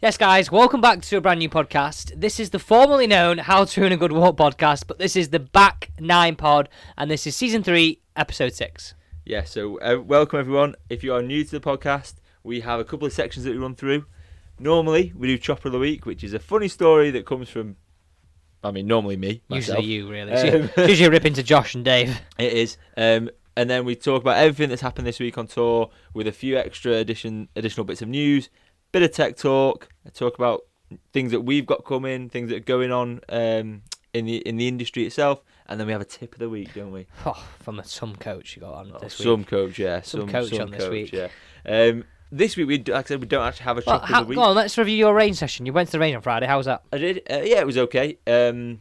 Yes, guys, welcome back to a brand new podcast. This is the formerly known How to Run a Good Walk podcast, but this is the Back Nine Pod, and this is season three, episode six. Yeah, so uh, welcome everyone. If you are new to the podcast, we have a couple of sections that we run through. Normally, we do Chopper of the Week, which is a funny story that comes from, I mean, normally me, myself. Usually you, really. Um, It's usually rip into Josh and Dave. It is. Um, and then we talk about everything that's happened this week on tour with a few extra addition, additional bits of news, bit of tech talk, talk about things that we've got coming, things that are going on um, in the in the industry itself, and then we have a tip of the week, don't we? Oh, from a some coach you got on this week. some coach, yeah. Some Some, coach some on this week. Yeah. Um, this week, we, d- like I said, we don't actually have a Well, chop how, of the week. go on, let's review your rain session. You went to the rain on Friday. How was that? I did. Uh, yeah, it was okay. Um,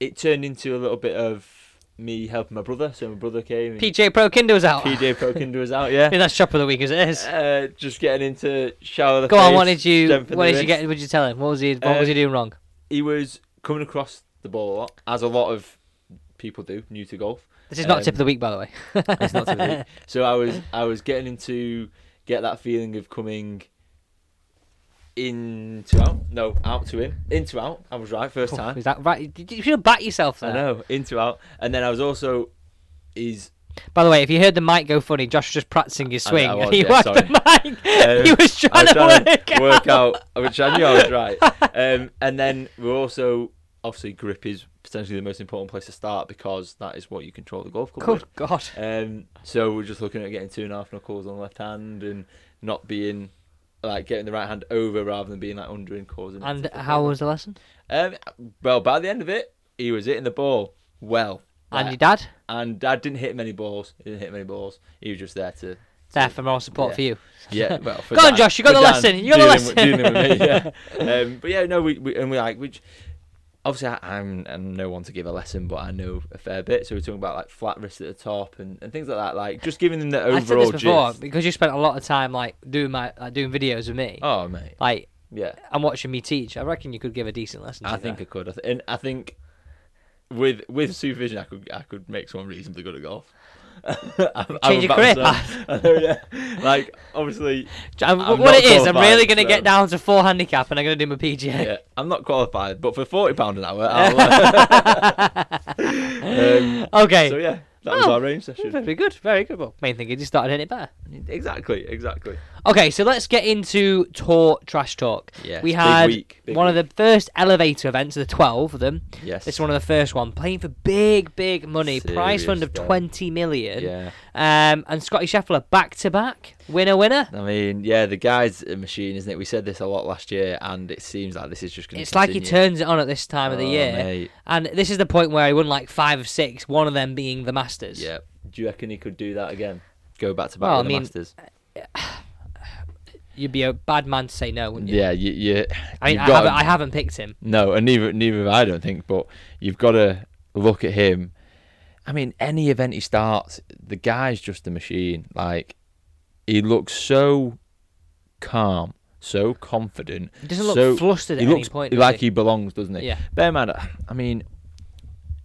it turned into a little bit of me helping my brother. So my brother came. And PJ Pro Kinder was out. I PJ Prokinder was out. Yeah. mean, that's shop of the week as it is. Uh, just getting into shower the Go on, face, what did you? strengthen What the did you wrist. get? What did you tell him? What was he? What was he Um, doing wrong? He was coming across the ball a lot, as a lot of people do, new to golf. This is not um, tip of the week, by the way. It's not to me. So I was I was getting into get that feeling of coming into out. No, out to him. Into out. I was right first time. Oh, Is that right? Did You should have bat yourself there. I know. Into out. And then I was also is By the way, if you heard the mic go funny, Josh was just practicing his I know, I swing. and was, he yeah, whacked sorry. the mic. Um, he was I trying was to work. out. work out, which I knew I was right. Um, and then we're also obviously grip is potentially the most important place to start because that is what you control the golf club. Good with. God. Um, so we're just looking at getting two and a half knuckles on the left hand and not being like getting the right hand over rather than being like under and causing. it And to flip how over. was the lesson? Um, well, by the end of it, he was hitting the ball well. And Like, your dad? and dad didn't hit many balls. He didn't hit many balls. He was just there to There for moral support Yeah. for you. yeah, well, for Go on, Dan- Josh, you got for the Dan, lesson, you got the dealing lesson. With, dealing with me, yeah. um, but yeah, no, we, we and we like which. Obviously, I, I'm, I'm no one to give a lesson, but I know a fair bit. So we're talking about like flat wrists at the top and, and things like that. Like just giving them the I said this overall before gist. because you spent a lot of time like doing my like, doing videos with me, Oh mate, like yeah. and watching me teach. I reckon you could give a decent lesson. To I be think I fair. could, I th- and I think with with supervision, I could I could make someone reasonably good at golf. I, I Change would your back career myself. I know, yeah. Like obviously, And I'm what not it is, I'm qualified, really going to so- get down to four handicap, and I'm going to do my PGA. yeah, I'm not qualified, but for forty pound an hour, I'll, uh, um, Okay. So yeah, that was Oh. our range session. Very good, very good. Well, main thing is you started hitting it better. Exactly, exactly. Okay, so let's get into tour trash talk. Yes, we big had week, big one of the first elevator events, the twelve of them. Yes. This is one of the first one, playing for big, big money, prize Serious fund of dough. twenty million. Yeah. Um, and Scotty Scheffler back to back, winner, winner. I mean, yeah, the guy's a machine, isn't it? We said this a lot last year, and it seems like this is just going to. It's like he turns it on at this time of the Oh, year, mate. and this is the point where he won like five of six, one of them being the Masters. Yeah. Do you reckon he could do that again? Go back to back Well, with I the mean, uh, Masters. You'd be a bad man to say no, wouldn't you? Yeah, you, you, I mean, you've I got haven't, to- I haven't picked him. No, and neither neither have I, I don't think. But you've got to look at him. I mean, any event he starts, the guy's just a machine. Like he looks so calm, so confident. He doesn't look so- flustered at he any looks point, does Like he? he belongs, doesn't he? Yeah. Bear in mind, I mean,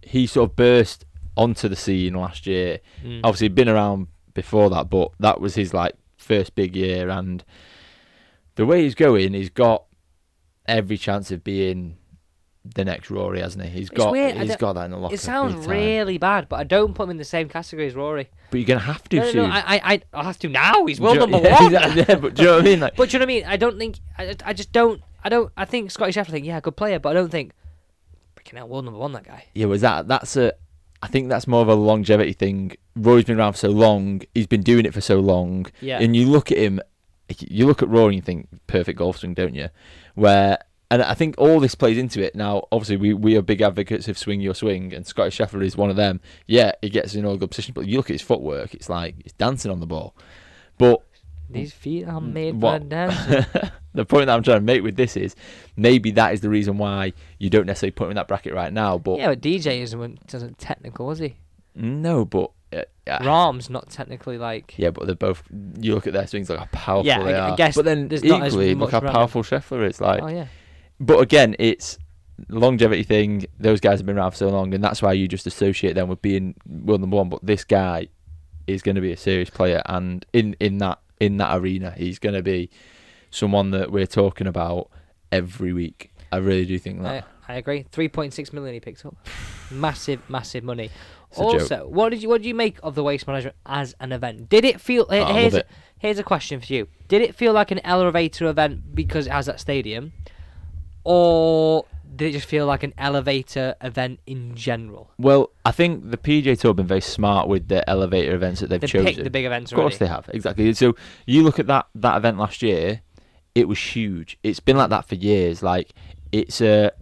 he sort of burst onto the scene last year. Mm. Obviously, he'd been around before that, but that was his like first big year, and the way he's going, he's got every chance of being the next Rory, hasn't he? He's It's got weird, I he's don't- got that in the locker. It sounds big time. really bad, but I don't put him in the same category as Rory. but you're gonna have to No, no, soon. no, I, I, I- I'll have to now. He's Do world you- number yeah, one. exactly, yeah, but do you know what I mean? Like, But do you know what I mean? I don't think. I, I just don't. I don't. I think Scotty Scheffler. Think, yeah, good player, but I don't think. Freaking out, world number one, that guy. yeah, was that that's a. I think that's more of a longevity thing. Rory's been around for so long. He's been doing it for so long. Yeah. And you look at him, you look at Rory and you think perfect golf swing, don't you? Where and I think all this plays into it. Now, obviously, we, we are big advocates of swing your swing, and Scotty Scheffler is one of them. Yeah, he gets in all good positions, but you look at his footwork; it's like it's dancing on the ball. But These feet are made for Mm, what- dancing. the point that I'm trying to make with this is maybe that is the reason why you don't necessarily put him in that bracket right now. But yeah, but DJ isn't doesn't technical, is he? no, but uh, uh, Rahm's not technically like. yeah, but they're both. You look at their swings, like how powerful Yeah, I- they I are. guess but then there's not as equally, look much how running. powerful Scheffler is. Like, Oh yeah. but again, it's longevity thing. Those guys have been around for so long, and that's why you just associate them with being world number one. But this guy is going to be a serious player, and in in that in that arena, he's going to be someone that we're talking about every week. I really do think that. I, I agree. Three point six million he picks up. massive, massive money. It's a joke. Also, what did you what did you make of the waste management as an event? Did it feel Oh, I love here's it. here's a question for you. Did it feel like an elevator event because it has that stadium? Or did it just feel like an elevator event in general? Well, I think the PJ Tour have been very smart with the elevator events that they've They chosen. picked the big events Of course already. they have, exactly. So you look at that that event last year, it was huge. It's been like that for years. Like it's a,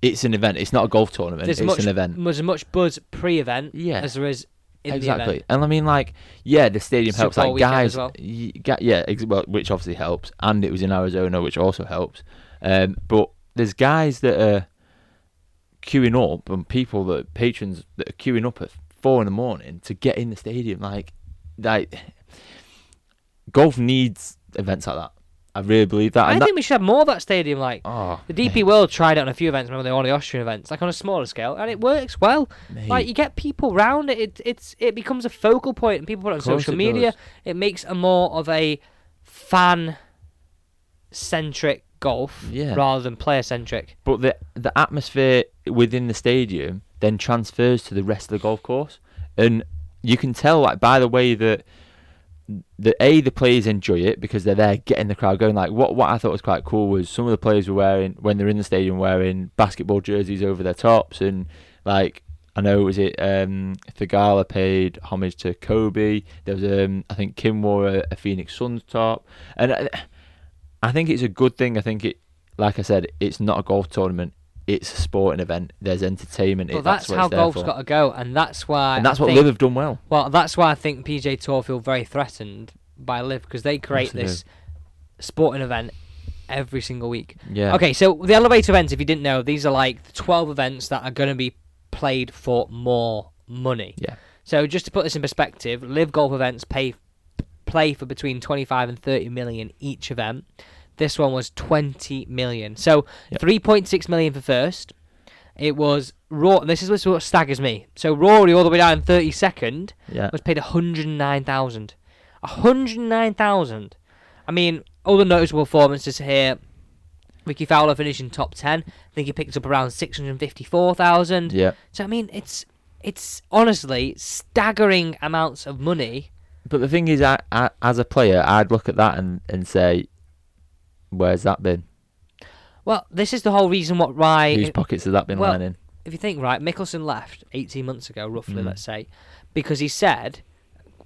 it's an event. It's not a golf tournament. There's it's much, an event. There's as much buzz pre-event Yeah. as there is in the exactly. event. And I mean, like, yeah, the stadium Super helps. Bowl Like, weekend guys, as well. y- ga- yeah, ex- well, which obviously helps, and it was in Arizona, which also helps. Um, but there's guys that are queuing up, and people that patrons that are queuing up at four in the morning to get in the stadium. Like, like, golf needs events like that. I really believe that. I And think we should have more of that stadium. Like that, oh, the DP World tried it on a few events. Remember, they were on the Austrian events, like on a smaller scale, and it works well. mate, Like you get people round it. it. It's it becomes a focal point, and people put it on Of course social it media. does. It makes a more of a fan centric golf Yeah. rather than player centric. but the the atmosphere within the stadium then transfers to the rest of the golf course, and you can tell like by the way that the a the players enjoy it because they're there getting the crowd going. Like what what I thought was quite cool was some of the players were wearing when they're in the stadium wearing basketball jerseys over their tops, and like I know was it um Thigala paid homage to Kobe. There was um I think Kim wore a, a Phoenix Suns top, and. I, I think it's a good thing. I think it, like I said, it's not a golf tournament. It's a sporting event. There's entertainment. But it, that's, what how it's there golf's for. got to go, and that's why. and that's I what think, Liv have done well. Well, that's why I think PJ Tour feel very threatened by Live because they create they this sporting event every single week. Yeah. Okay, so the elevator events, if you didn't know, these are like the 12 events that are going to be played for more money. Yeah. So just to put this in perspective, live golf events pay play for between 25 and 30 million each event. This one was 20 million. So Yep. 3.6 million for first. It was Raw, and this is what's- what staggers me. So Rory, all the way down in 32nd, Yeah. was paid 109,000. 109,000. I mean, all the noticeable performances here. Ricky Fowler finishing top 10. I think he picked up around 654,000. Yeah. So I mean, it's it's honestly staggering amounts of money. But the thing is, I, I, as a player, I'd look at that and, and say, where's that been? Well, this is the whole reason what why. Whose If, pockets has that been well, lining? in? if you think right, Mickelson left 18 months ago, roughly, Mm. let's say, because he said,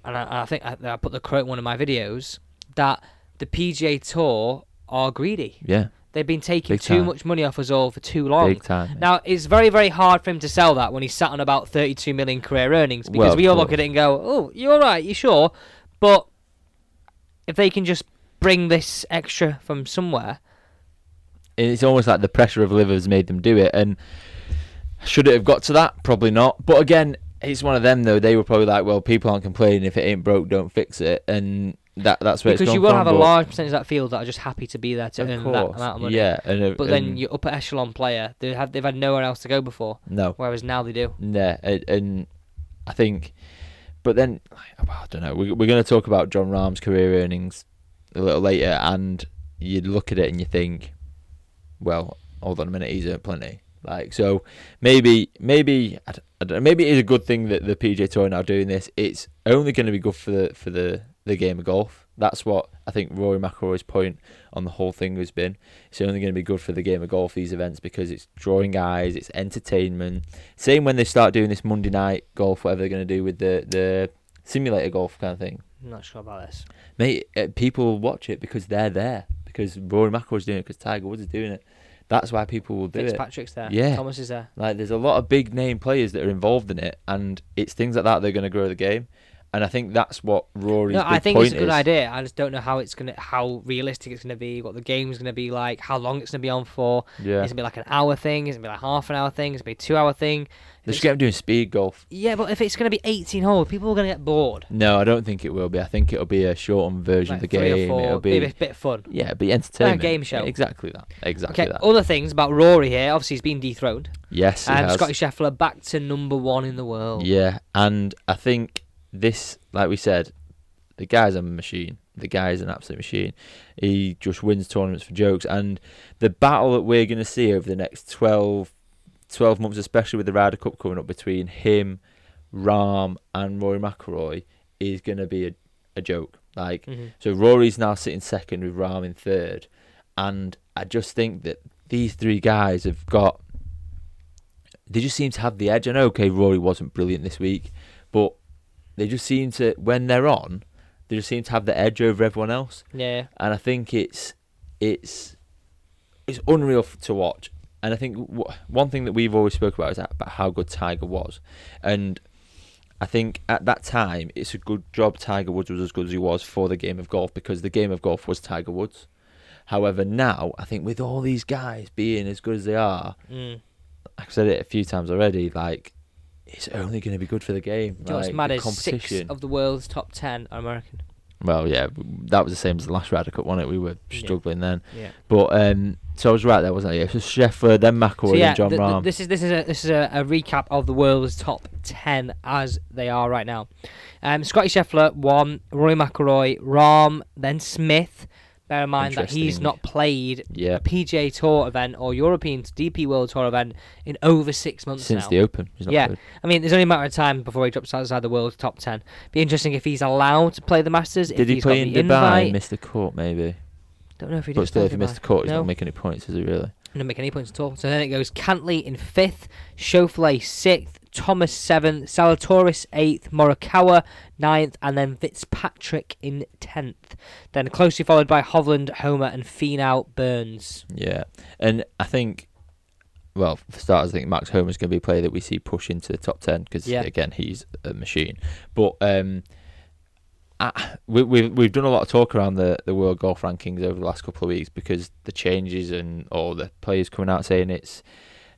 and I, I think I, I put the quote in one of my videos that the PGA Tour are greedy. Yeah. They've been taking Big too time. much money off us all for too long. Big time. mate. Now it's very, very hard for him to sell that when he's sat on about 32 million career earnings because Well, of we all look course. at it and go, "Oh, you're all right, you sure?" But if they can just bring this extra from somewhere, it's almost like the pressure of liver has made them do it. And should it have got to that? Probably not. But again, it's one of them though. They were probably like, well, people aren't complaining if it ain't broke, don't fix it. And that that's where it's because gone you will from, have a but- large percentage of that field that are just happy to be there to Of earn that course, amount of money. Yeah, and, uh, But then and- your upper echelon player, they have they've had nowhere else to go before, no, whereas now they do. yeah, and, and I think, but then like, well, I don't know. We, we're going to talk about John Rahm's career earnings a little later, and you look at it and you think, well, hold on a minute, he's earned plenty. Like so, maybe maybe I d- I don't know, maybe it is a good thing that the PJ Tour are now doing this. It's only going to be good for the for the the game of golf. That's what I think Rory McIlroy's point on the whole thing has been. It's only going to be good for the game of golf these events because it's drawing eyes, it's entertainment. Same when they start doing this Monday night golf, whatever they're going to do with the the simulator golf kind of thing. I'm not sure about this. Mate, uh, people watch it because they're there. Because Rory McIlroy's doing it. Because Tiger Woods is doing it. That's why people will do it. Fitzpatrick's there. Yeah. Thomas is there. Like, there's a lot of big name players that are involved in it, and it's things like that they're going to grow the game. And I think that's what Rory's No, big I think point it's a good is. idea. I just don't know how it's gonna, how realistic it's gonna be, what the game's gonna be like, how long it's gonna be on for. Yeah, It's gonna be like an hour thing. It's gonna be like half an hour thing. It's gonna be a two hour thing. they should get him doing speed golf. Yeah, but if it's gonna be 18 holes, people are gonna get bored. No, I don't think it will be. I think it'll be a shortened version Like of the three game. or It'll four, be maybe a bit of fun. yeah, it'll be entertainment. game show. Exactly that. Exactly Okay, that. other things about Rory here. Obviously, he's been dethroned. yes, it And has. Scotty Scheffler back to number one in the world. Yeah, and I think this, like we said, the guy's a machine. the guy's an absolute machine. He just wins tournaments for jokes. And the battle that we're going to see over the next 12, 12 months, especially with the Ryder Cup coming up between him, Rahm, and Rory McIlroy, is going to be a, a joke. Like, hmm so Rory's now sitting second with Rahm in third, and I just think that these three guys have got. They just seem to have the edge. I know, okay, Rory wasn't brilliant this week, but they just seem to when they're on, they just seem to have the edge over everyone else, Yeah. and I think it's it's it's unreal f- to watch. And I think w- one thing that we've always spoke about is that, about how good Tiger was, and I think at that time it's a good job Tiger Woods was as good as he was for the game of golf because the game of golf was Tiger Woods. However, now I think with all these guys being as good as they are, Mm. I've said it a few times already. Like it's only going to be good for the game. Do you know what's like, mad the is six competition. of the world's top ten are American. Well, yeah, that was the same as the last Ryder Cup, wasn't it? We were Yeah. struggling then. Yeah. But um, so I was right there, wasn't I? Yeah, so Scheffler, then McElroy, So yeah, then John th- th- Rahm. this is this is a this is a, a recap of the world's top ten as they are right now. Um, Scotty Scheffler won, Rory McIlroy, Rahm, then Smith. Bear in mind that he's Interesting. not played yeah, a PGA Tour event or European DP World Tour event in over six months since now. the Open, he's not Yeah. good. I mean, there's only a matter of time before he drops outside the world's top ten. Be interesting if he's allowed to play the Masters. if Did he he's play got in the Dubai? invite. Missed the court, maybe. Don't know if he did. But still, play if he in missed Dubai. the court, he's No. not making any points, is he really? Didn't make any points at all. So then it goes Cantley in fifth, Chaufley sixth, Thomas seventh, Salatoris eighth, Morikawa ninth, and then Fitzpatrick in tenth. Then closely followed by Hovland, Homer, and Finau Burns. Yeah, and I think, well, for starters, I think Max Homer's going to be a player that we see push into the top ten because Yeah. again, he's a machine. But um, I, we, we've we've done a lot of talk around the, the world golf rankings over the last couple of weeks because the changes and all the players coming out saying it's,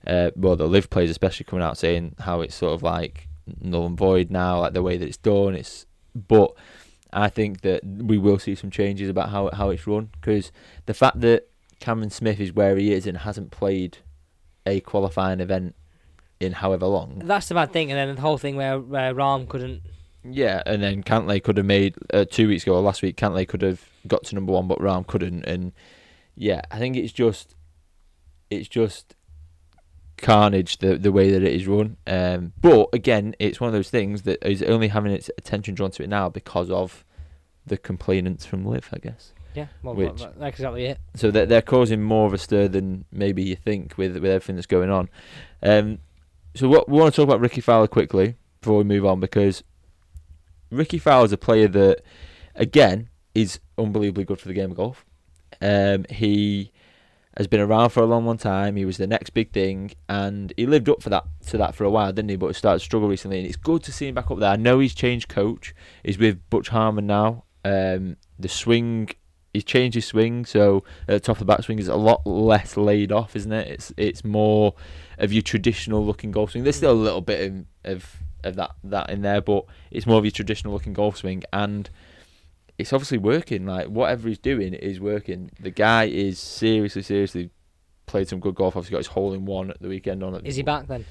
uh, well, the live players especially coming out saying how it's sort of like null and void now, like the way that it's done. It's but. I think that we will see some changes about how how it's run because the fact that Cameron Smith is where he is and hasn't played a qualifying event in however long. That's the bad thing. And then the whole thing where, where Rahm couldn't. Yeah, and then Cantley could have made uh, two weeks ago or last week. Cantley could have got to number one, but Rahm couldn't. And yeah, I think it's just it's just carnage the the way that it is run. Um, but again, it's one of those things that is only having its attention drawn to it now because of the complainants from Live, I guess. Yeah, well, Which- that- that's exactly it. so that they're causing more of a stir than maybe you think with with everything that's going on. Um, so what we want to talk about Ricky Fowler quickly before we move on because Ricky Fowler's a player that again is unbelievably good for the game of golf. Um, he has been around for a long, long time. He was the next big thing, and he lived up for that to that for a while, didn't he? But he started to struggle recently, and it's good to see him back up there. I know he's changed coach. He's with Butch Harmon now. Um, the swing, he's changed his swing, so at the top of the backswing is a lot less laid off, isn't it? It's it's more of your traditional looking golf swing. There's still a little bit in, of of that that in there, but it's more of your traditional looking golf swing, and it's obviously working. Like whatever he's doing is working. The guy is seriously, seriously played some good golf. Obviously got his hole in one at the weekend on. At Is he back then?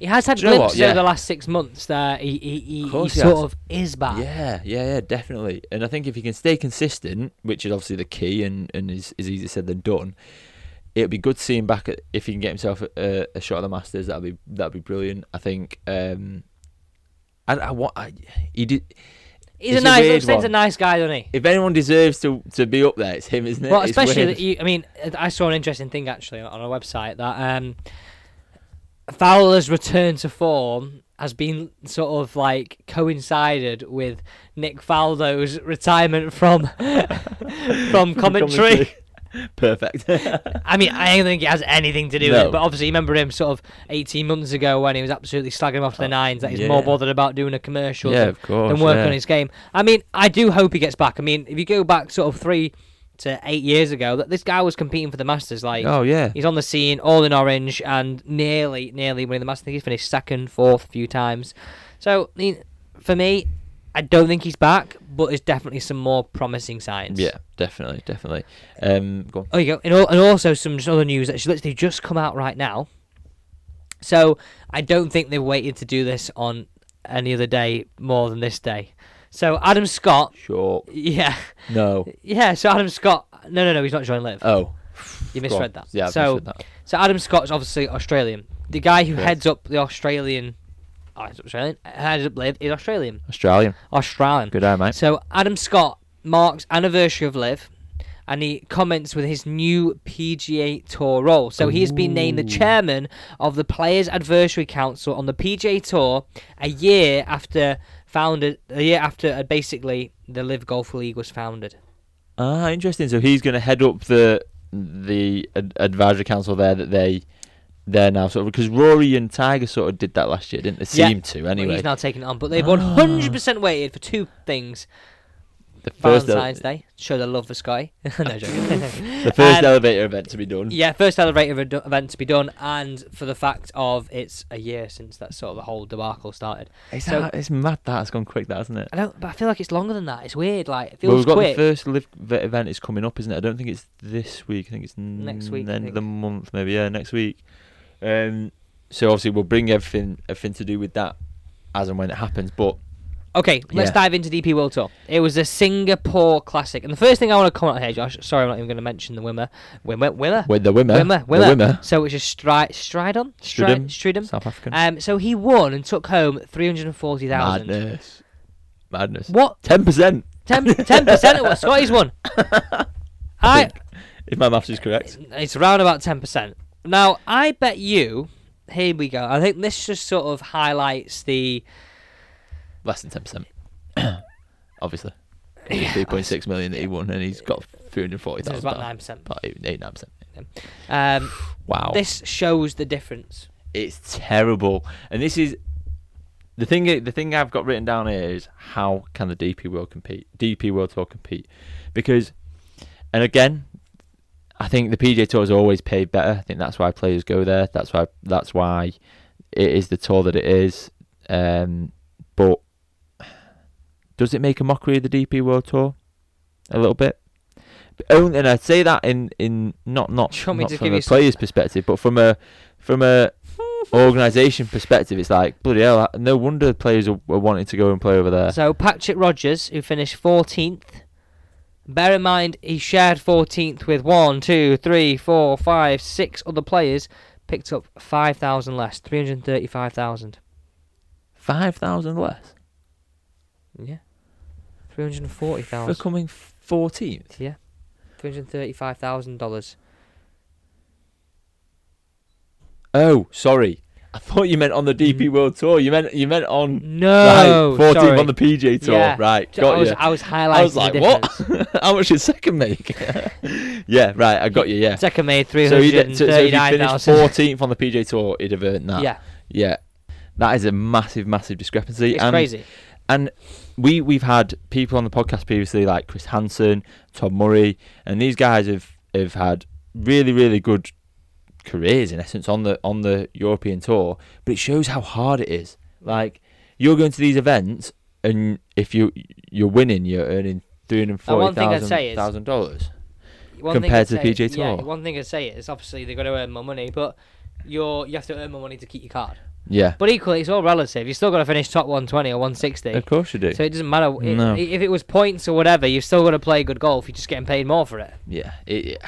He has had Do you know what? glimpses Yeah. over the last six months that he, he, he, Of he course he sort has. of is back. Yeah, yeah, yeah, definitely. And I think if he can stay consistent, which is obviously the key, and and is, is easier said than done, it'd be good to see him back at, if he can get himself a, a shot at the Masters. That'd be that'd be brilliant. I think. Um, and I want I, he did. He's It's a a nice, weird Oxlade's a one. nice guy, doesn't he? If anyone deserves to to be up there, it's him, isn't it? Well, It's especially weird. that you. I mean, I saw an interesting thing actually on a website that um, Fowler's return to form has been sort of like coincided with Nick Faldo's retirement from from commentary. Perfect. I mean, I don't think it has anything to do with No. it, but obviously you remember him sort of 18 months ago when he was absolutely slagging him off to the Oh, nines. That he's more yeah. bothered about doing a commercial yeah, than of course. and work yeah. on his game. I mean, I do hope he gets back. I mean, if you go back sort of three to eight years ago, that this guy was competing for the Masters. Like Oh yeah. he's on the scene, all in orange, and nearly, nearly winning the Masters. I think he's finished second, fourth, a few times. So I mean, for me, I don't think he's back, but there's definitely some more promising signs. Yeah, definitely, definitely. Um, go on. Oh, you go. And, al- and also some just other news that's literally just come out right now. So I don't think they waited to do this on any other day more than this day. So Adam Scott, Sure. yeah, No. yeah. So Adam Scott, no, no, no, he's not joining Live. Oh. you Go on. misread that. Yeah, I so misread that. so Adam Scott's obviously Australian. The guy who Yes. heads up the Australian, oh, it's Australian, heads up Live is Australian. Australian. Australian. Good eye, mate. So Adam Scott marks anniversary of Live, and he comments with his new PGA Tour role. So he has been named the chairman of the Players Advisory Council on the PGA Tour a year after founded, a year after uh, basically the Live Golf League was founded. Ah, interesting. So he's going to head up the the ad- advisory council there that they they're now sort of because Rory and Tiger sort of did that last year, didn't they? Yeah. Seem to But anyway. he's now taking it on. But they've Ah. 100% waited for two things: the first ele- Valentine's Day, show their love for Sky. no joke. the first and- elevator event to be done. Yeah, first elevator edu- event to be done, and for the fact of it's a year since that sort of the whole debacle started. It's, So- that, it's mad that it's gone quick, that hasn't it? I don't, but I feel like it's longer than that. It's weird. Like it Well, feels we've got quick. the first live v- event is coming up, isn't it? I don't think it's this week. I think it's n- Next week, I end of think. the month, maybe. Yeah, next week. Um, so obviously we'll bring everything, everything to do with that, as and when it happens. But Okay, let's Yeah. dive into DP World Tour. It was a Singapore Classic, and the first thing I want to comment on here, Josh. Sorry, I'm not even going to mention the winner. Winner, winner, with the winner, winner, the winner. winner, So it's a stride, Stridon, Stridon, Stridon. South African, Um, so he won and took home three hundred forty thousand. madness, madness. What? Ten percent, Ten percent of what Scotty's won. I if my maths is correct. It's around about ten percent. Now, I bet you. Here we go. I think this just sort of highlights the. Less than ten percent, obviously. Three point six million that he won, and he's got three hundred forty It's thousand. about nine percent. about eight, eight nine percent. Um, Wow. this shows the difference. It's terrible. And this is the thing. The thing I've got written down here is how can the DP World compete? DP World Tour compete because, and again, I think the PJ Tour is always paid better. I think that's why players go there. That's why. That's why it is the tour that it is. Um, but does it make a mockery of the DP World Tour a little bit? Only, and I say that in, in not not, Do you want me not to from give a you some- player's perspective, but from a from a organisation perspective, it's like bloody hell. No wonder players are, are wanting to go and play over there. So Patrick Rogers, who finished fourteenth. Bear in mind, he shared fourteenth with one, two, three, four, five, six other players. Picked up five thousand less, three hundred thirty-five thousand. Five thousand less Yeah, three hundred forty for thousand. coming fourteenth. Yeah, three hundred thirty-five thousand dollars. Oh, sorry. I thought you meant on the DP World Tour. You meant you meant on No, Mm. right, Mm. fourteenth Oh, sorry. on the PJ Tour. Yeah. Right, So got I was, you. I was highlighting. I was the like, difference. what? How much did second make? yeah, right. I got you. Yeah. Second made three So, he'd, hundred so, and so if he thirty-nine finished thousand. fourteenth on the PJ Tour, he'd have earned that. Yeah, Yeah. That is a massive, massive discrepancy. it's and crazy. and we we've had people on the podcast previously like Chris Hansen, Tom Murray, and these guys have have had really really good careers in essence on the on the European tour, but it shows how hard it is. Like you're going to these events, and if you you're winning, you're earning three hundred one forty thing I'd say thousand is- thousand dollars. One thing compared I'd to the say- PGA Yeah, Tour. one thing I'd say is obviously they're going to earn more money, but you're you have to earn more money to keep your card. Yeah, But equally, it's all relative. You're still going to finish top one twenty or one sixty. of course you do. So it doesn't matter it, No. if it was points or whatever. You've still got to play good golf. You're just getting paid more for it. yeah, it, it-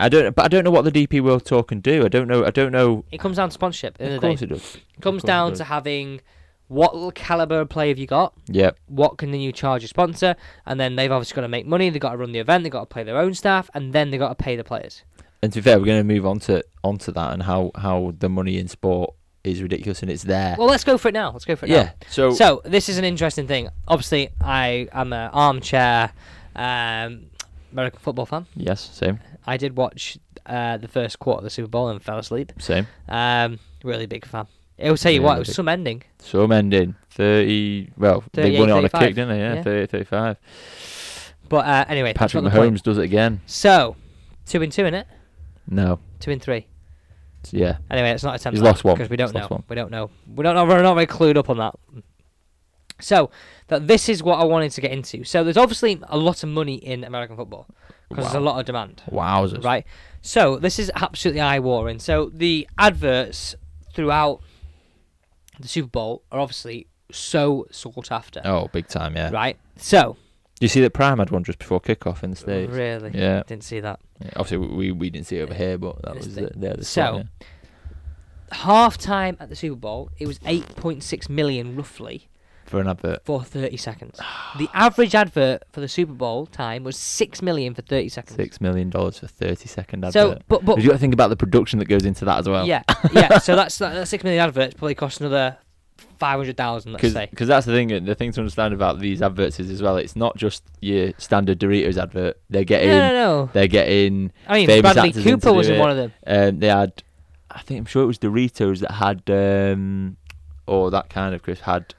I don't, but I don't know what the DP World Tour can do. I don't know. I don't know. It comes down to sponsorship. At the end Of of the day. course it does. It comes course it down does. to having what caliber of play have you got. Yeah, what can then you charge a sponsor? And then they've obviously got to make money, they've got to run the event, they've got to pay their own staff, and then they've got to pay the players. And to be fair, we're going to move on to onto that and how how the money in sport is ridiculous and it's there. Well, let's go for it now. Let's go for it yeah. So, now. So, this is an interesting thing. Obviously, I am an armchair um, American football fan. yes, same, I did watch uh, the first quarter of the Super Bowl and fell asleep. same. Um, really big fan. It will tell you what, Really it was big. some ending. So ending thirty. Well, they won it on a 38, kick, didn't they? Yeah, yeah. 30, 35. But uh, anyway, that's Patrick not the point. Mahomes does it again. So, two and two in it, No. two and three. It's- yeah. Anyway, it's not a template. He's lost one. because we don't He's know. lost one. We don't know. We don't know. We're not very clued up on that. So that this is what I wanted to get into. So there's obviously a lot of money in American football because there's a lot of demand, Wowzers. right? So this is absolutely eye-watering. So the adverts throughout the Super Bowl are obviously so sought after. Oh, big time, yeah. Right? So, Do you see that Prime had one just before kickoff in the States? really, Yeah. didn't see that. Yeah, Obviously, we, we didn't see it over here, but that This was thing. the, there. The So, song, Half time at the Super Bowl, it was 8.6 million roughly yeah, for an advert. for 30 seconds. the average advert for the Super Bowl time was 6 million for 30 seconds. Six million dollars for thirty second advert. So, but, but you got to think about the production that goes into that as well. yeah, yeah. So that's that, that six million adverts probably cost another five hundred thousand. Let's say. because that's the thing. The thing to understand about these adverts is as well. It's not just your standard Doritos advert. They're No, getting no, no. they're getting. I mean, famous Bradley actors in to Cooper do was in it. one of them. Um, they had, I think I'm sure it was Doritos that had, um, or that kind of Chris had.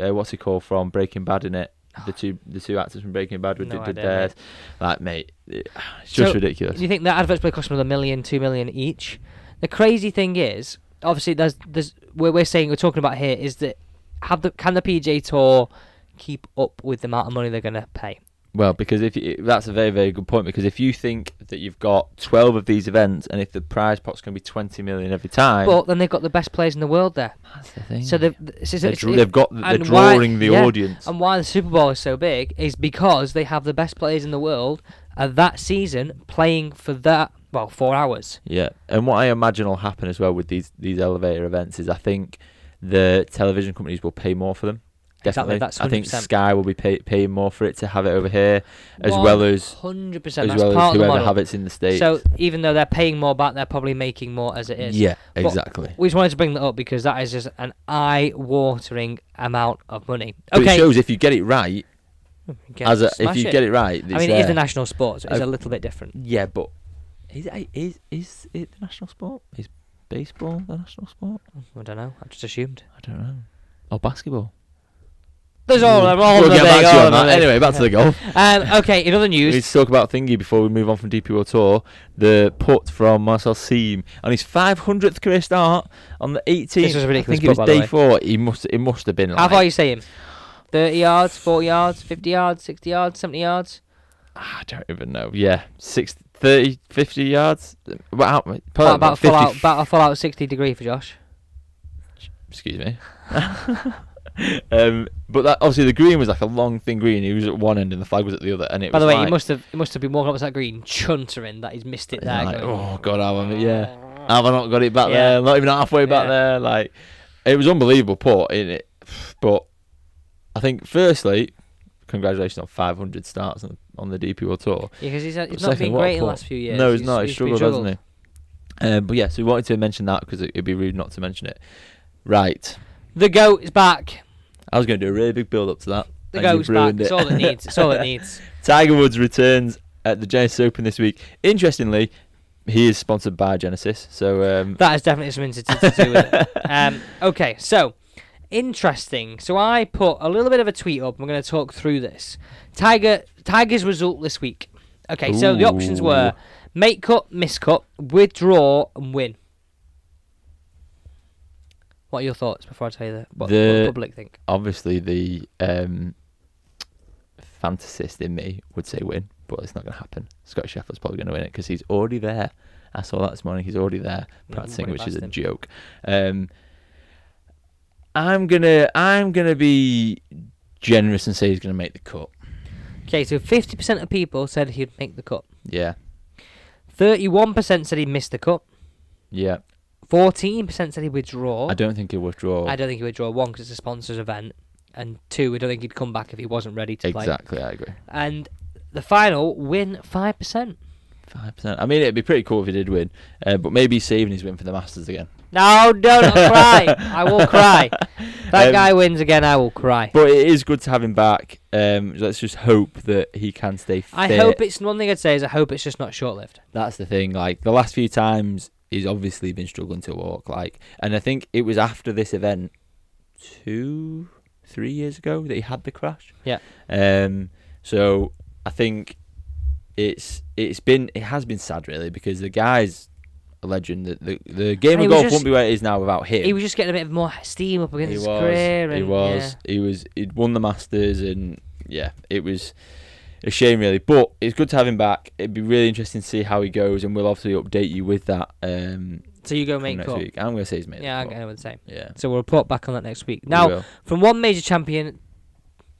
Uh, what's he called from Breaking Bad in it? The two the two actors from Breaking Bad with Ah. No did idea, theirs. Like mate, it's just So, ridiculous. Do you think that adverts probably cost another million, two million each? The crazy thing is, obviously, there's there's what we're saying we're talking about here is that have the can the PJ Tour keep up with the amount of money they're gonna pay? Well, because if you, that's a very very good point because if you think that you've got twelve of these events and if the prize pot's going to be twenty million every time, But then they've got the best players in the world there, that's the thing. so they've so, so they're, it's- dr- they've got they're and why- drawing the yeah, audience. And why the Super Bowl is so big is because they have the best players in the world at that season playing for that well four hours. Yeah, and what I imagine will happen as well with these these elevator events is I think the television companies will pay more for them. Definitely, Exactly, that's I think 100%. Sky will be pay, paying more for it to have it over here, as well as hundred percent. as That's well as part of the whoever model. have it's in the states. so even though they're paying more back, they're probably making more as it is. yeah, But- exactly. We just wanted to bring that up because that is just an eye-watering amount of money. But okay. it shows if you get it right, Okay, as a, if smash you it. get it right, I mean, there. it is the national sport, so it's Uh, a little bit different. Yeah, but is it, is is it the national sport? Is baseball the national sport? I don't know. I just assumed. I don't know. Or basketball. There's all, all we'll the get big, back to you all on the that. big. Anyway, back to the golf. Um, okay, in other We news, need to talk about Thingy before we move on from DP World Tour. The putt from Marcel Seam on his 500th career start on the 18th. This was a ridiculous I think putt, it by was the day way. four. He must. It must have been. Like, How far are you saying? 30 yards, 40 yards, 50 yards, 60 yards, 70 yards? ah, I don't even know. Yeah, six, 30, 50 yards. Wow, probably About, about about, 50 full out, about a full out 60 degree for Josh. excuse me. um, but that obviously the green was like a long thin green. He was at one end and the flag was at the other, and it By was the way, like, he must have he must have been walking up to that green chuntering that he's missed it there. like, going, "Oh." oh god, have I? Yeah, have I not got it back Yeah. there? Not even halfway back Yeah. there. Like it was unbelievable put in it, but I think firstly, congratulations on 500 starts on, on the DP World Tour. Yeah, because he's, he's Second, not been what a great in the putt. last few years. No, he's, he's not. He he's been struggled, hasn't he? Um, but yeah, so we wanted to mention that because it, it'd be rude not to mention it. Right, The goat is back. I was going to do a really big build up to that. The and you've goat's back. ruined It's all it needs. It's all it needs. Tiger Woods returns at the Genesis Open this week. Interestingly, he is sponsored by Genesis. So um, That is definitely something to, to, to do with it. Um, okay, so interesting. So I put a little bit of a tweet up. and We're going to talk through this. Tiger Tiger's result this week. Okay, so the options were make cut, miss cut, withdraw, and win. What are your thoughts before I tell you the, what, what The- the public think? obviously the um, fantasist in me would say win, but it's not going to happen. Scott Scheffler's probably going to win it because he's already there. I saw that this morning. He's already there Yeah, practicing, wouldn't which worry is a about him. joke. Um, I'm gonna I'm gonna be generous and say he's gonna make the cut. Okay, so 50% of people said he'd make the cut. Yeah, 31% said he missed the cut. yeah. 14% said he'd withdraw. I don't think he'll withdraw. Oh. I don't think he would draw one because it's a sponsor's event, and two, I don't think he'd come back if he wasn't ready to play. exactly, I agree. And the final win five percent. Five percent. I mean, it'd be pretty cool if he did win, uh, but maybe he's saving his win for the Masters again. No, don't cry. I will cry. That Um, guy wins again. I will cry. But it is good to have him back. Um, let's just hope that he can stay fit. I hope it's one thing I'd say is I hope it's just not short lived. That's the thing. Like the last few times, he's obviously been struggling to walk. Like, and I think it was after this event, two, three years ago, that he had the crash. Yeah. Um. So I think it's it's been it has been sad really because the guy's a legend. The the, the game And he was of golf just- wouldn't be where it is now without him. He was just getting a bit more steam up against He his was, career. And, he was. He was. He'd won the Masters, and yeah, it was a shame really. But it's good to have him back. It'd be really interesting to see how he goes, and we'll obviously update you with that um, So you go from make next up. week. I'm going to say he's made. Yeah, the I'm cut. going with the same. Yeah. So we'll report back on that next week. we Now, will. from one major champion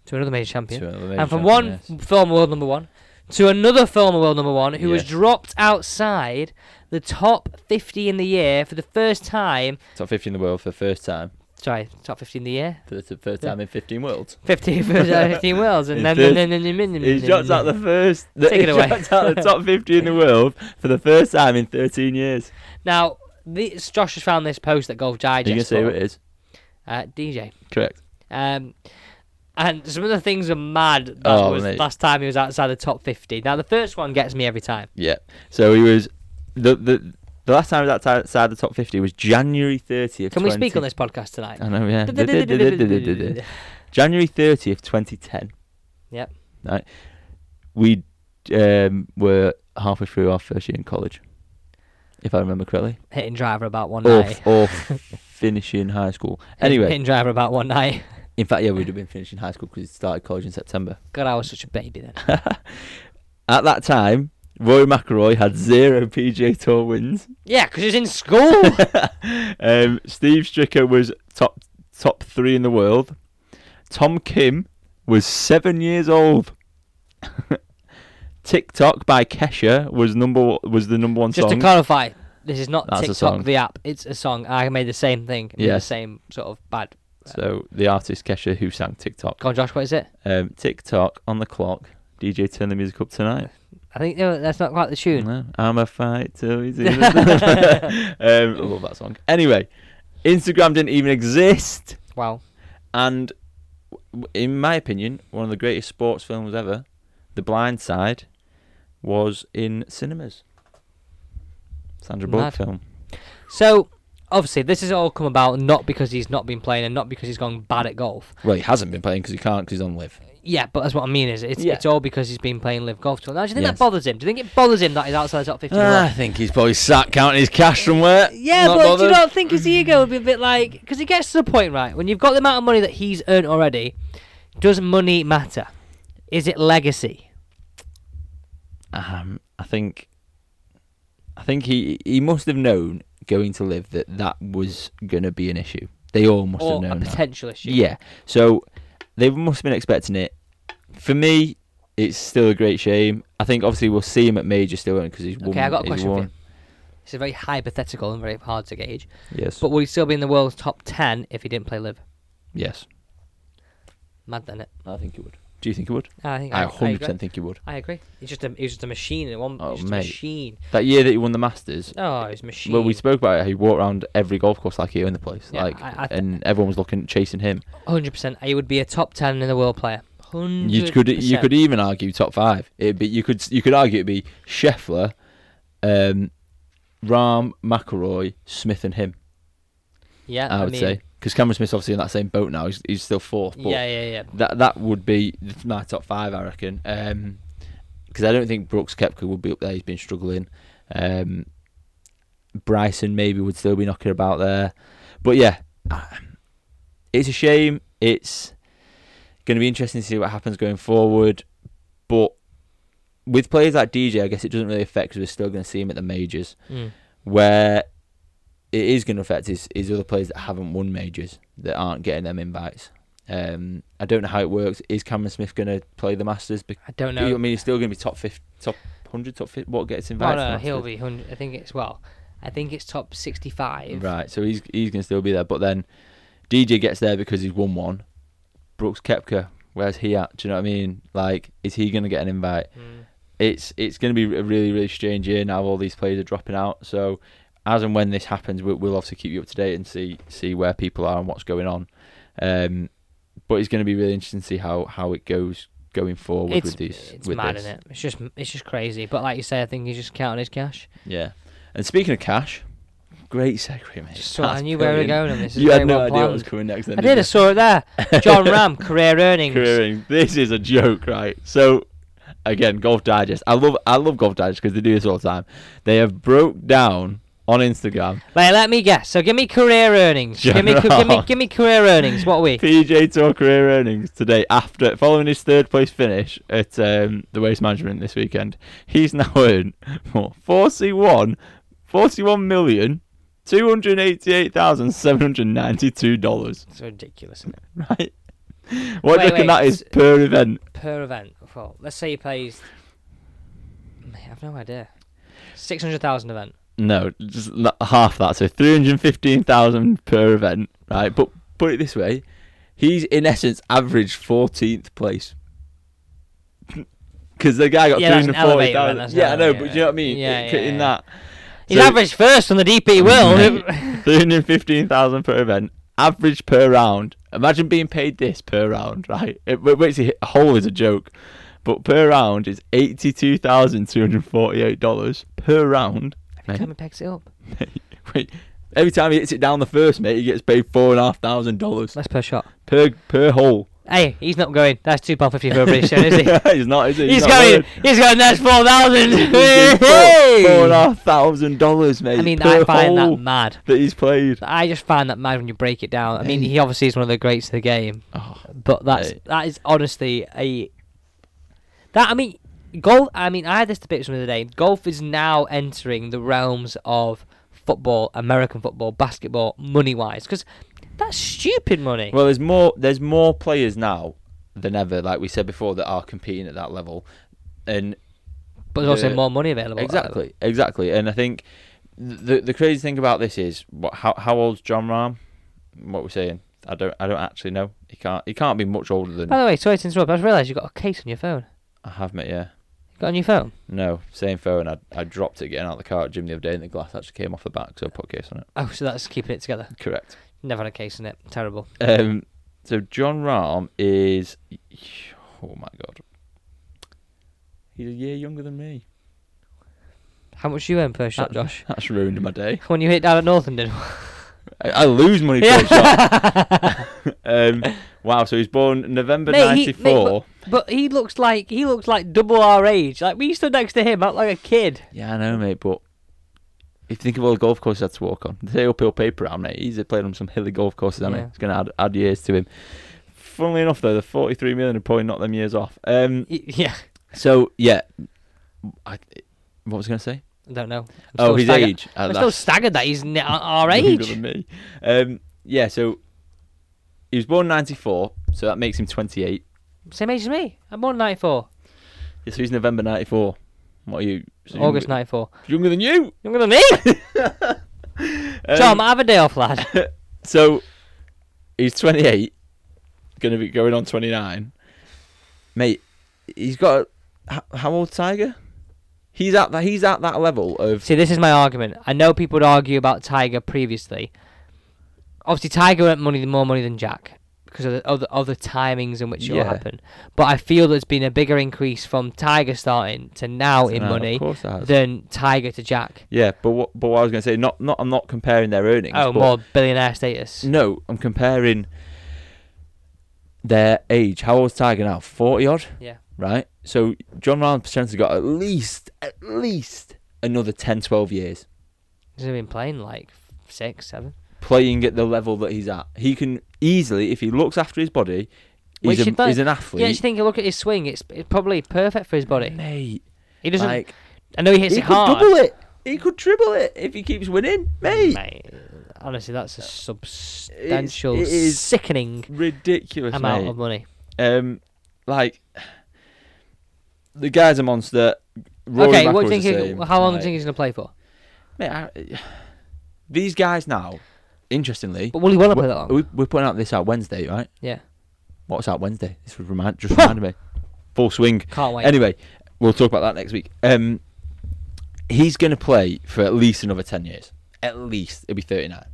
to another major champion, To another and major from champion, one yes. film world number one to another film world number one, who was Yes. dropped outside the top 50 in the year for the first time. top 50 in the world for the first time. Sorry, top 50 in the year. For the t- first time in 15 worlds. 50 for uh, 15 worlds, and He's then just- then then then then then He's dropped out the first. Take he's it away. dropped out the top 50 in the world for the first time in 13 years. Now, this, Josh has found this post that Golf Are you Digest. going to say who put it is? up, Uh, DJ. Correct. Um, and some of the things are mad. That Oh, was mate. last time he was outside the top 50. Now, the first one gets me every time. Yeah. So he was. The, the, the last time he was outside the top 50 was January 30th. Can we speak 20 on this podcast tonight? I know, yeah. January 30th, 2010. Yep. Right. We um, were halfway through our first year in college, if I remember correctly. Hitting driver about one Or, night. or finishing high school. Anyway, Hitting driver about one night. In fact, yeah, we'd have been finishing high school because we started college in September. God, I was such a baby then. At that time, Roy McElroy had zero PGA Tour wins. Yeah, because he's in school. Um, Steve Stricker was top top three in the world. Tom Kim was seven years old. TikTok by Kesha was number o- was the number one Just to song. clarify, this is not That's a TikTok, song. the app. It's a song. I made the same thing. Yeah. The Yes. same sort of bad. so the artist Kesha who sang TikTok. Go on, Josh, what is it? Um, TikTok on the clock. DJ, turn the music up tonight. I think no, that's not quite the tune. No, I'm a fight till we see. the- um, I love that song. Anyway, Instagram didn't even exist, Wow. and w- in my opinion, one of the greatest sports films ever, The Blind Side, was in cinemas. Sandra Bullock Mad. film. So, obviously, this has all come about not because he's not been playing and not because he's gone bad at golf. Well, he hasn't been playing because he can't because he's on live. Yeah, but that's what I mean is it's, Yeah. it's all because he's been playing live golf. tour. Now, do you think that Yes. Uh, bothers him? Do you think it bothers him that he's outside the top 50? I think he's probably sat counting his cash somewhere. Yeah, Not but do bothered. you not think his ego would be a bit like because it gets to the point, right? When you've got the amount of money that he's earned already, does money matter? Is it legacy? Um, I think, I think he he must have known going to live that that was going to be an issue. They all must or have a known that. potential issue? Yeah, so they must have been expecting it. For me, it's still a great shame. I think obviously we'll see him at major still because he's won. Okay, I got a he's question for won. It's a very hypothetical and very hard to gauge. Yes, But would he still be in the world's top 10 if he didn't play live? yes, Mad, then it? I think he would. Do you think he would? Ah, I think I agree. hundred percent think he would. I agree. He's just a he's just a machine. One, Oh, he's just a mate. machine. That year that he won the Masters. Oh, he's a machine. Well, we spoke about it. He walked around every golf course like he owned the place, Yeah, like, I- I th- and everyone was looking, chasing him. hundred percent. He would be a top ten in the world player. Hundred. You could you could even argue top five. It'd be you could you could argue it'd be Scheffler, um, Rahm, McElroy, Smith, and him. Yeah, I would mean, say because Cameron Smith's obviously in that same boat now. He's, he's still fourth. But Yeah, yeah, yeah. That that would be my top five, I reckon. Um 'cause because I don't think Brooks Koepka would be up there. He's been struggling. Um, Bryson maybe would still be knocking about there, but yeah, it's a shame. It's going to be interesting to see what happens going forward. But with players like DJ, I guess it doesn't really affect because we're still going to see him at the majors. Mm. Where it is going to affect is, is other players that haven't won majors that aren't getting them invites. Um, I don't know how it works. Is Cameron Smith going to play the Masters? Be- I don't I know. mean, he's still going to be top 50, top 100, top 50. What gets No, invited? to the no, he'll Masters? be hundred. I think it's well. I think it's top sixty-five. Right, so he's he's gonna still be there, but then DJ gets there because he's won one. Brooks Kepka, where's he at? Do you know what I mean? Like, is he gonna get an invite? Mm. It's it's gonna be a really really strange year now. All these players are dropping out, so as and when this happens, we'll, we'll obviously keep you up to date and see see where people are and what's going on. Um, but it's gonna be really interesting to see how how it goes going forward It's, with these. it's with mad, this. is it? It's just it's just crazy. But like you say, I think he's just counting his cash. Yeah. And speaking of cash, great segue, mate. Just saw, I That's knew where we were brilliant. going on this. It's You very had no well idea what was planned. coming next. Then, I did did. I you? saw it there. John Ram, career earnings. Careering. This is a joke, right? So, again, Golf Digest. I love, I love Golf Digest because they do this all the time. They have broke down on Instagram Right, let me guess. So give me career earnings. Give me, John give me, Rahm. give me career earnings. What are we? PJ Tour career earnings today after following his third place finish at um, the Waste Management this weekend. He's now earned what, 41, 41 million Two hundred eighty-eight thousand seven hundred ninety-two dollars. It's ridiculous, isn't it? Right. What do Wait, you reckon wait, that is s- per event? Per event. Well, let's say he plays. Mate, I've no idea. 600,000 event. No, just l- half that. So three hundred fifteen thousand per event. Right, but put it this way, he's in essence averaged fourteenth place. Because the guy got Yeah, that's an 340,000. elevator then, that's yeah, I not- know, yeah, but do you know what I mean? yeah, It- yeah, in yeah. that. He's So- averaged first on the DP world. Three hundred fifteen thousand per event, average per round. Imagine being paid this per round, right? It, it makes it a whole is a joke, but per round is eighty-two thousand two hundred forty-eight dollars per round. Every time he pegs it up. Wait, every time he hits it down the first, mate, he gets paid four and a half thousand dollars That's per shot. per per hole. Hey, he's not going. That's two pound fifty for a British, then, is he? he's not, is he? He's not going. worried. He's going. That's four thousand. He's getting four, four and a half thousand dollars, mate. I mean, per I find hole that mad. that he's played. I just find that mad when you break it down. I mean, Hey. he obviously is one of the greats of the game, Oh, but that's Hey. that is honestly a that. I mean, golf. I mean, I had this depiction the other day. Golf is now entering the realms of football, American football, basketball, money wise, because that's stupid money. Well, there's more. There's more players now than ever, like we said before, that are competing at that level, and but there's also the- more money available. exactly, exactly. And I think th- the the crazy thing about this is what how how old's John Rahm? What we're saying? I don't I don't actually know. He can't he can't be much older than By the way, sorry to interrupt. but I just realised you've got a case on your phone. I have met. Yeah, You got it on your phone. no, same phone. I I dropped it getting out of the car at gym the other day, and the glass actually came off the back, so I put a case on it. Oh, so that's keeping it together. Correct. Never had a case in it. Terrible. Um, so John Rahm is oh my god, he's a year younger than me. How much you earn per shot, Josh? That's ruined my day. When you hit down at Northenden. I, I lose money per shot. um, wow, so he's born November Mate, he- mate, '94. But he looks like he looks like double our age. Like we stood next to him, act like a kid. yeah, I know, mate, but if you think of all the golf courses he had to walk on, they say uphill paper round, mate. He's played on some hilly golf courses, hasn't he? Yeah. It's going to add, add years to him. Funnily enough, though, the 43 million are probably not them years off. Um, Y- Yeah, so, yeah. I, what was I going to say? I don't know. I'm oh, still his staggered. age. Uh, I'm still that's- staggered that he's n- our younger age. than me. Um, yeah, so he was born 94, so that makes him 28. Same age as me. I'm born in '94, Yeah, so he's November 94. What are you? so August younger- '94. Younger than you. Younger than me, Um, Tom. Have a day off, lad. So he's 28, going to be going on 29. Mate, he's got h- how old Tiger? He's at that. He's at that level of See, this is my argument. I know people would argue about Tiger previously. Obviously, Tiger earned money, more money than Jack because of the other other timings in which it Yeah. will happen. But I feel there's been a bigger increase from Tiger starting to now in No, of money course there has. than Tiger to Jack. yeah, but what? But what I was going to say, not not. I'm not comparing their earnings. Oh, but- Mm. more billionaire status. No, I'm comparing their age. How old's Tiger now? 40 odd, Yeah, right? So John Rahm's potentially got at least, at least another 10, 12 years he's only been playing like six, seven. playing at the level that he's at. He can easily, if he looks after his body, Well, he's, you a, should know- he's an Yeah, you athlete. think you look at his swing; it's, it's probably perfect for his body. mate, He doesn't. Mm. like, I know he hits he it could hard. double it. He could triple it if he keeps winning, mate. Mate, honestly, that's a substantial, it is- sickening Ridiculous, amount mate. of money. Um, like the guy's a monster. Rory okay, what do you McIlroy's the think? he- same, how long do like- you think he's going to play for? Mate, I, these guys now, interestingly, But will he want to play we're, that long? we- we're putting out this out Wednesday, right? yeah, What's out Wednesday? This was remind, just reminded me. Full swing. can't wait. Anyway, we'll talk about that next week. Um, he's going to play for at least another 10 years. At least. It'll be 39.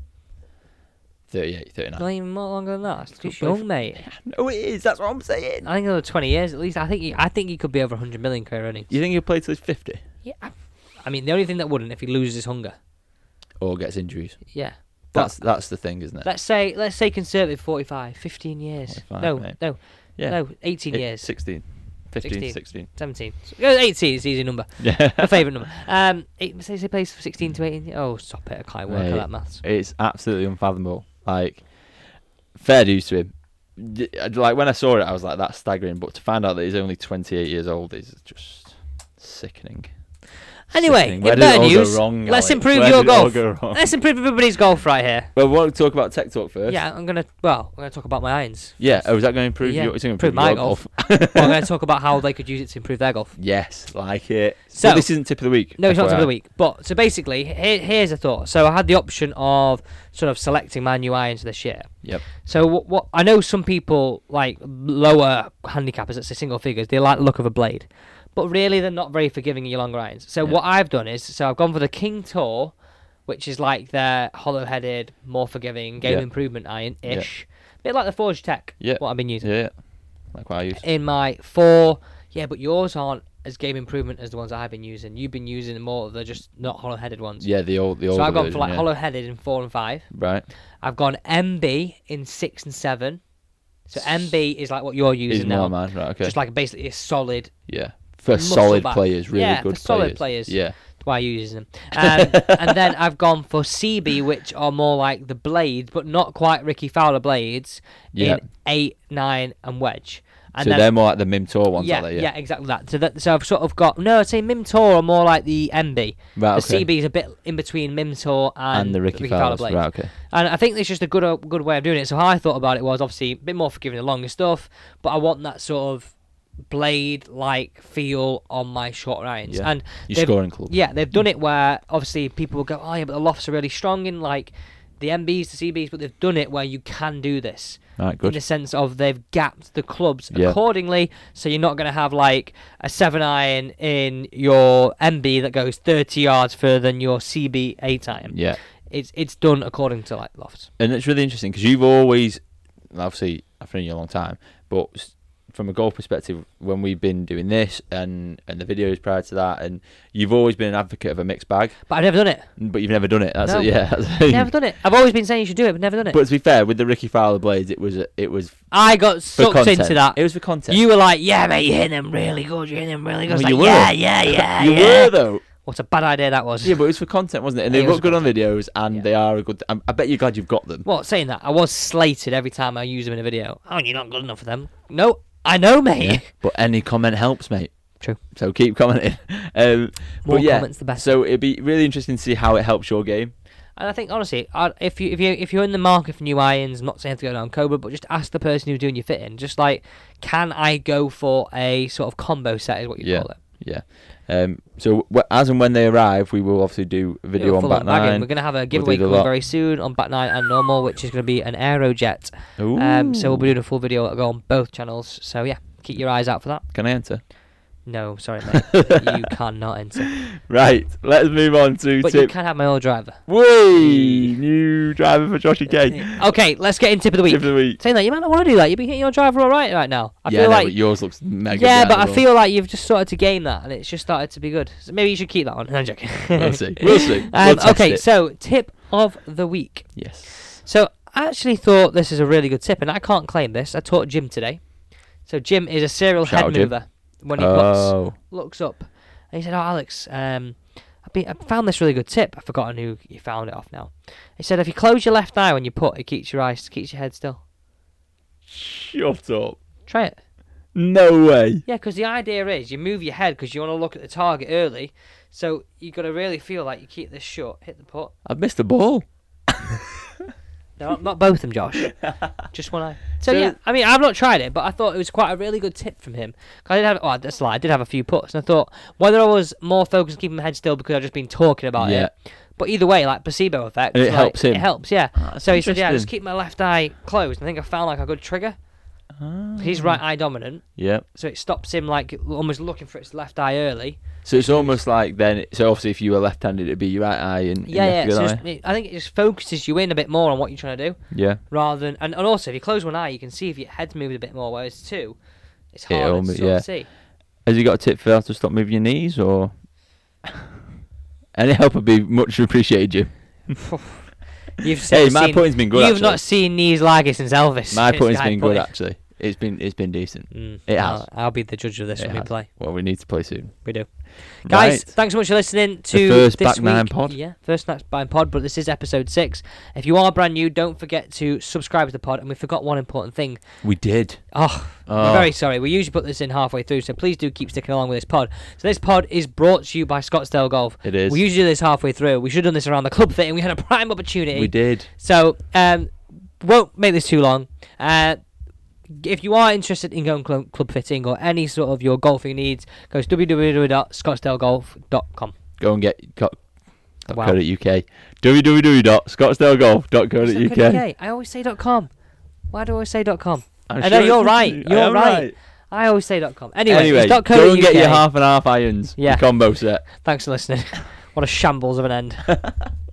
38, 39. not even more longer than that. It's too Could play young, for- mate. No, it is. That's what I'm saying. I think another twenty years at least. I think he, I think he could be over hundred million career earnings. You think he'll play till he's 50 Yeah, I, I mean the only thing that wouldn't if he loses his hunger. or gets injuries? Yeah. That's that's the thing, isn't it? Let's say let's say conservative 45, 15 years. 45, no, mate. no, yeah. no, eighteen Eight- years, 16. 15, 16. 16. seventeen. So, go eighteen is the easy number. Yeah. My favourite number. Um, eight, say he plays for sixteen to eighteen. Oh, stop it! I can't work Mate. out that maths. It's absolutely unfathomable. Like, fair dues to him. D- uh, Like when I saw it, I was like, "That's staggering." But to find out that he's only 28 years old is just sickening. Anyway, Sickening. in Where did it better all go news, wrong, let's Alex? improve Where your did it all golf. go wrong? Let's improve everybody's golf right here. Well, we want to talk about tech talk first. Yeah, I'm gonna. Well, I'm gonna talk about my irons. Yeah. Oh, is that going to improve Yeah, your? It's going to improve improve my your golf. golf. well, I'm gonna talk about how they could use it to improve their golf. Yes, like it. So- So this isn't tip of the week. No, it's not FYI. tip of the week. But so basically, here, here's a thought. So I had the option of sort of selecting my new irons this year. Yep. So what, what I know some people like lower handicappers, let's say single figures, they like the look of a blade, but really they're not very forgiving of your long irons. So Yeah. what I've done is, so I've gone for the King Tour, which is like their hollow-headed, more forgiving game Yeah. improvement iron ish, bit like the Forge Tech. Yeah. What I've been using Yeah, yeah. Like what I use. in my four. Yeah, but yours aren't as game improvement as the ones I've been using. You've been using more of the just not hollow-headed ones. Yeah, the old, the old. So I've gone for version, like yeah. hollow-headed in four and five. Right. I've gone MB in six and seven. So MB is like what you're using Is now, more mine. Right. Okay. just like basically a solid. yeah. For muscle solid back. players, really Yeah, good for solid players. players. Yeah. Why you're using them, um, and then I've gone for CB, which are more like the blades, but not quite Ricky Fowler blades Yeah. in eight, nine, and wedge. And so then they're more like the Mimtor ones, yeah, are they? yeah, exactly that. So that, so I've sort of got no, I'd say Mimtor are more like the MB. Right, okay. The CB is a bit in between Mimtor and, And, the Ricky, Fowler Fowlers. blades. Right. Okay. And I think it's just a good uh, good way of doing it. So how I thought about it was obviously a bit more forgiving the longer stuff, but I want that sort of blade like feel on my short irons. Yeah. And You they've- scoring club. yeah, they've done it where obviously people will go, oh yeah, but the lofts are really strong in like the MBs, the CBs, but they've done it where you can do this Right. in the Good. sense of they've gapped the clubs Yeah. accordingly. So you're not going to have like a seven iron in your MB that goes 30 yards further than your CB eight iron. Yeah. It's it's done according to like lofts. and it's really interesting because you've always, obviously, I've known you a long time, but s- from a golf perspective, when we've been doing this and and the videos prior to that, and you've always been an advocate of a mixed bag, But I've never done it. but you've never done it. That's No. it, yeah. That's it. never done it. I've always been saying you should do it, but never done it. Mm. But to be fair, with the Ricky Fowler blades, it was it was for I got sucked content. into that. It was for content. You were like, yeah, mate, you're hitting them really good. You're hitting them really good. It's Well, you like, were. yeah, yeah, yeah, You yeah. were though. What a bad idea that was. Yeah, but it was for content, wasn't it? And they It was look good on videos, and Yeah. they are a good. I, I bet you're glad you've got them. Well, saying that, I was slated every time I used them in a video. Oh, you're not good enough for them. No, I know, mate. Yeah. But any comment helps, mate. True. So keep commenting. Um, More but yeah, comments, the best. So it'd be really interesting to see how it helps your game. And I think honestly, I- if you if you if you're in the market for new irons, I'm not saying to go down Cobra, but just ask the person who's doing your fitting. Just like, can I go for a sort of combo set? Is what you Yeah. call it. Yeah. Um, so w- as and when they arrive, we will obviously do a video Yeah, on full back on bagging. nine. We're gonna have a giveaway do the coming lot. very soon on back nine and normal, which is gonna be an Aerojet. Ooh. Um, so we'll be doing a full video that'll go on both channels. So yeah, keep your eyes out for that. Can I enter? No, sorry, mate, you cannot enter. Right. Let's move on to But you tip. can have my old driver. Whee! New driver for Joshy K. Okay, let's get in tip of the Tip week. of the week. Saying that you might not want to do that. You've been hitting your driver all right right now. I yeah, feel no, like but yours looks mega. yeah, bad but I as well. feel like you've just started to gain that, and it's just started to be good. So maybe you should keep that one. No, I'm joking. We'll see. We'll see. We'll Um, test okay, it. so tip of the week. Yes. So I actually thought this is a really good tip, and I can't claim this. I taught Jim today. So Jim is a serial Shout head out, Jim. mover. When he puts, oh. looks up, and he said, "Oh, Alex, um, I, be, I found this really good tip. I've forgotten who he found it off now." He said, "If you close your left eye when you put, it keeps your eyes, keeps your head still. Shut up. Try it." No way. Yeah, because the idea is you move your head because you want to look at the target early. So you got to really feel like you keep this shut, hit the putt. I've missed the ball. No, not- not both of them, Josh. Just one eye. So So- yeah, I mean, I've not tried it, but I thought it was quite a really good tip from him. 'Cause I did have, oh, that's a lie. I did have a few puts, and I thought whether I was more focused on keeping my head still because I've just been talking about Yeah. it. But either way, like placebo effect. And it like, helps him. It helps, yeah. Ah, so he said, yeah, just interesting. keep my left eye closed. I think I found like a good trigger. Ah. He's right eye dominant, Yeah. so it stops him like almost looking for its left eye early. So it's almost like then. So obviously, if you were left-handed, it'd be your right eye and and Yeah, yeah. left it's good just, eye. it- I think it just focuses you in a bit more on what you're trying to do, yeah. rather than and, and also if you close one eye, you can see if your head's moving a bit more. Whereas two, it's Yeah, hard to almo- sort yeah. of see. Has you got a tip for how to stop moving your knees or? Any help would be much appreciated, Jim. You've Hey, seen- my point's been good. You've actually. not seen knees like it since Elvis. My This point's guy been good put it. actually. It's been it's been decent. Mm, It I'll, has. I'll be the judge of this It when we has. play. Well, we need to play soon, We do. Guys, Right. thanks so much for listening to first this Back week. Nine pod. Yeah, first Back Nine Pod, but this is episode six. If you are brand new, don't forget to subscribe to the pod. And we forgot one important thing. we did. Oh, Oh. we're very sorry. We usually put this in halfway through, so please do keep sticking along with this pod. So this pod is brought to you by Scottsdale Golf. It is. We usually do this halfway through. We should have done this around the club thing. We had a prime opportunity. We did. So, um, won't make this too long. Uh, if you are interested in going club, club fitting or any sort of your golfing needs, go to www.scottsdalegolf.com. Go and get co- Wow. .co.uk. www.scottsdalegolf.co.uk. I always say .com. Why do I always say .com? I'm I know, sure you're it's- right, I you're am right. I always say .com. Anyway, Anyway, it's .co.uk. go and get your half and half irons. the Yeah. combo set. Thanks for listening. what a shambles of an end.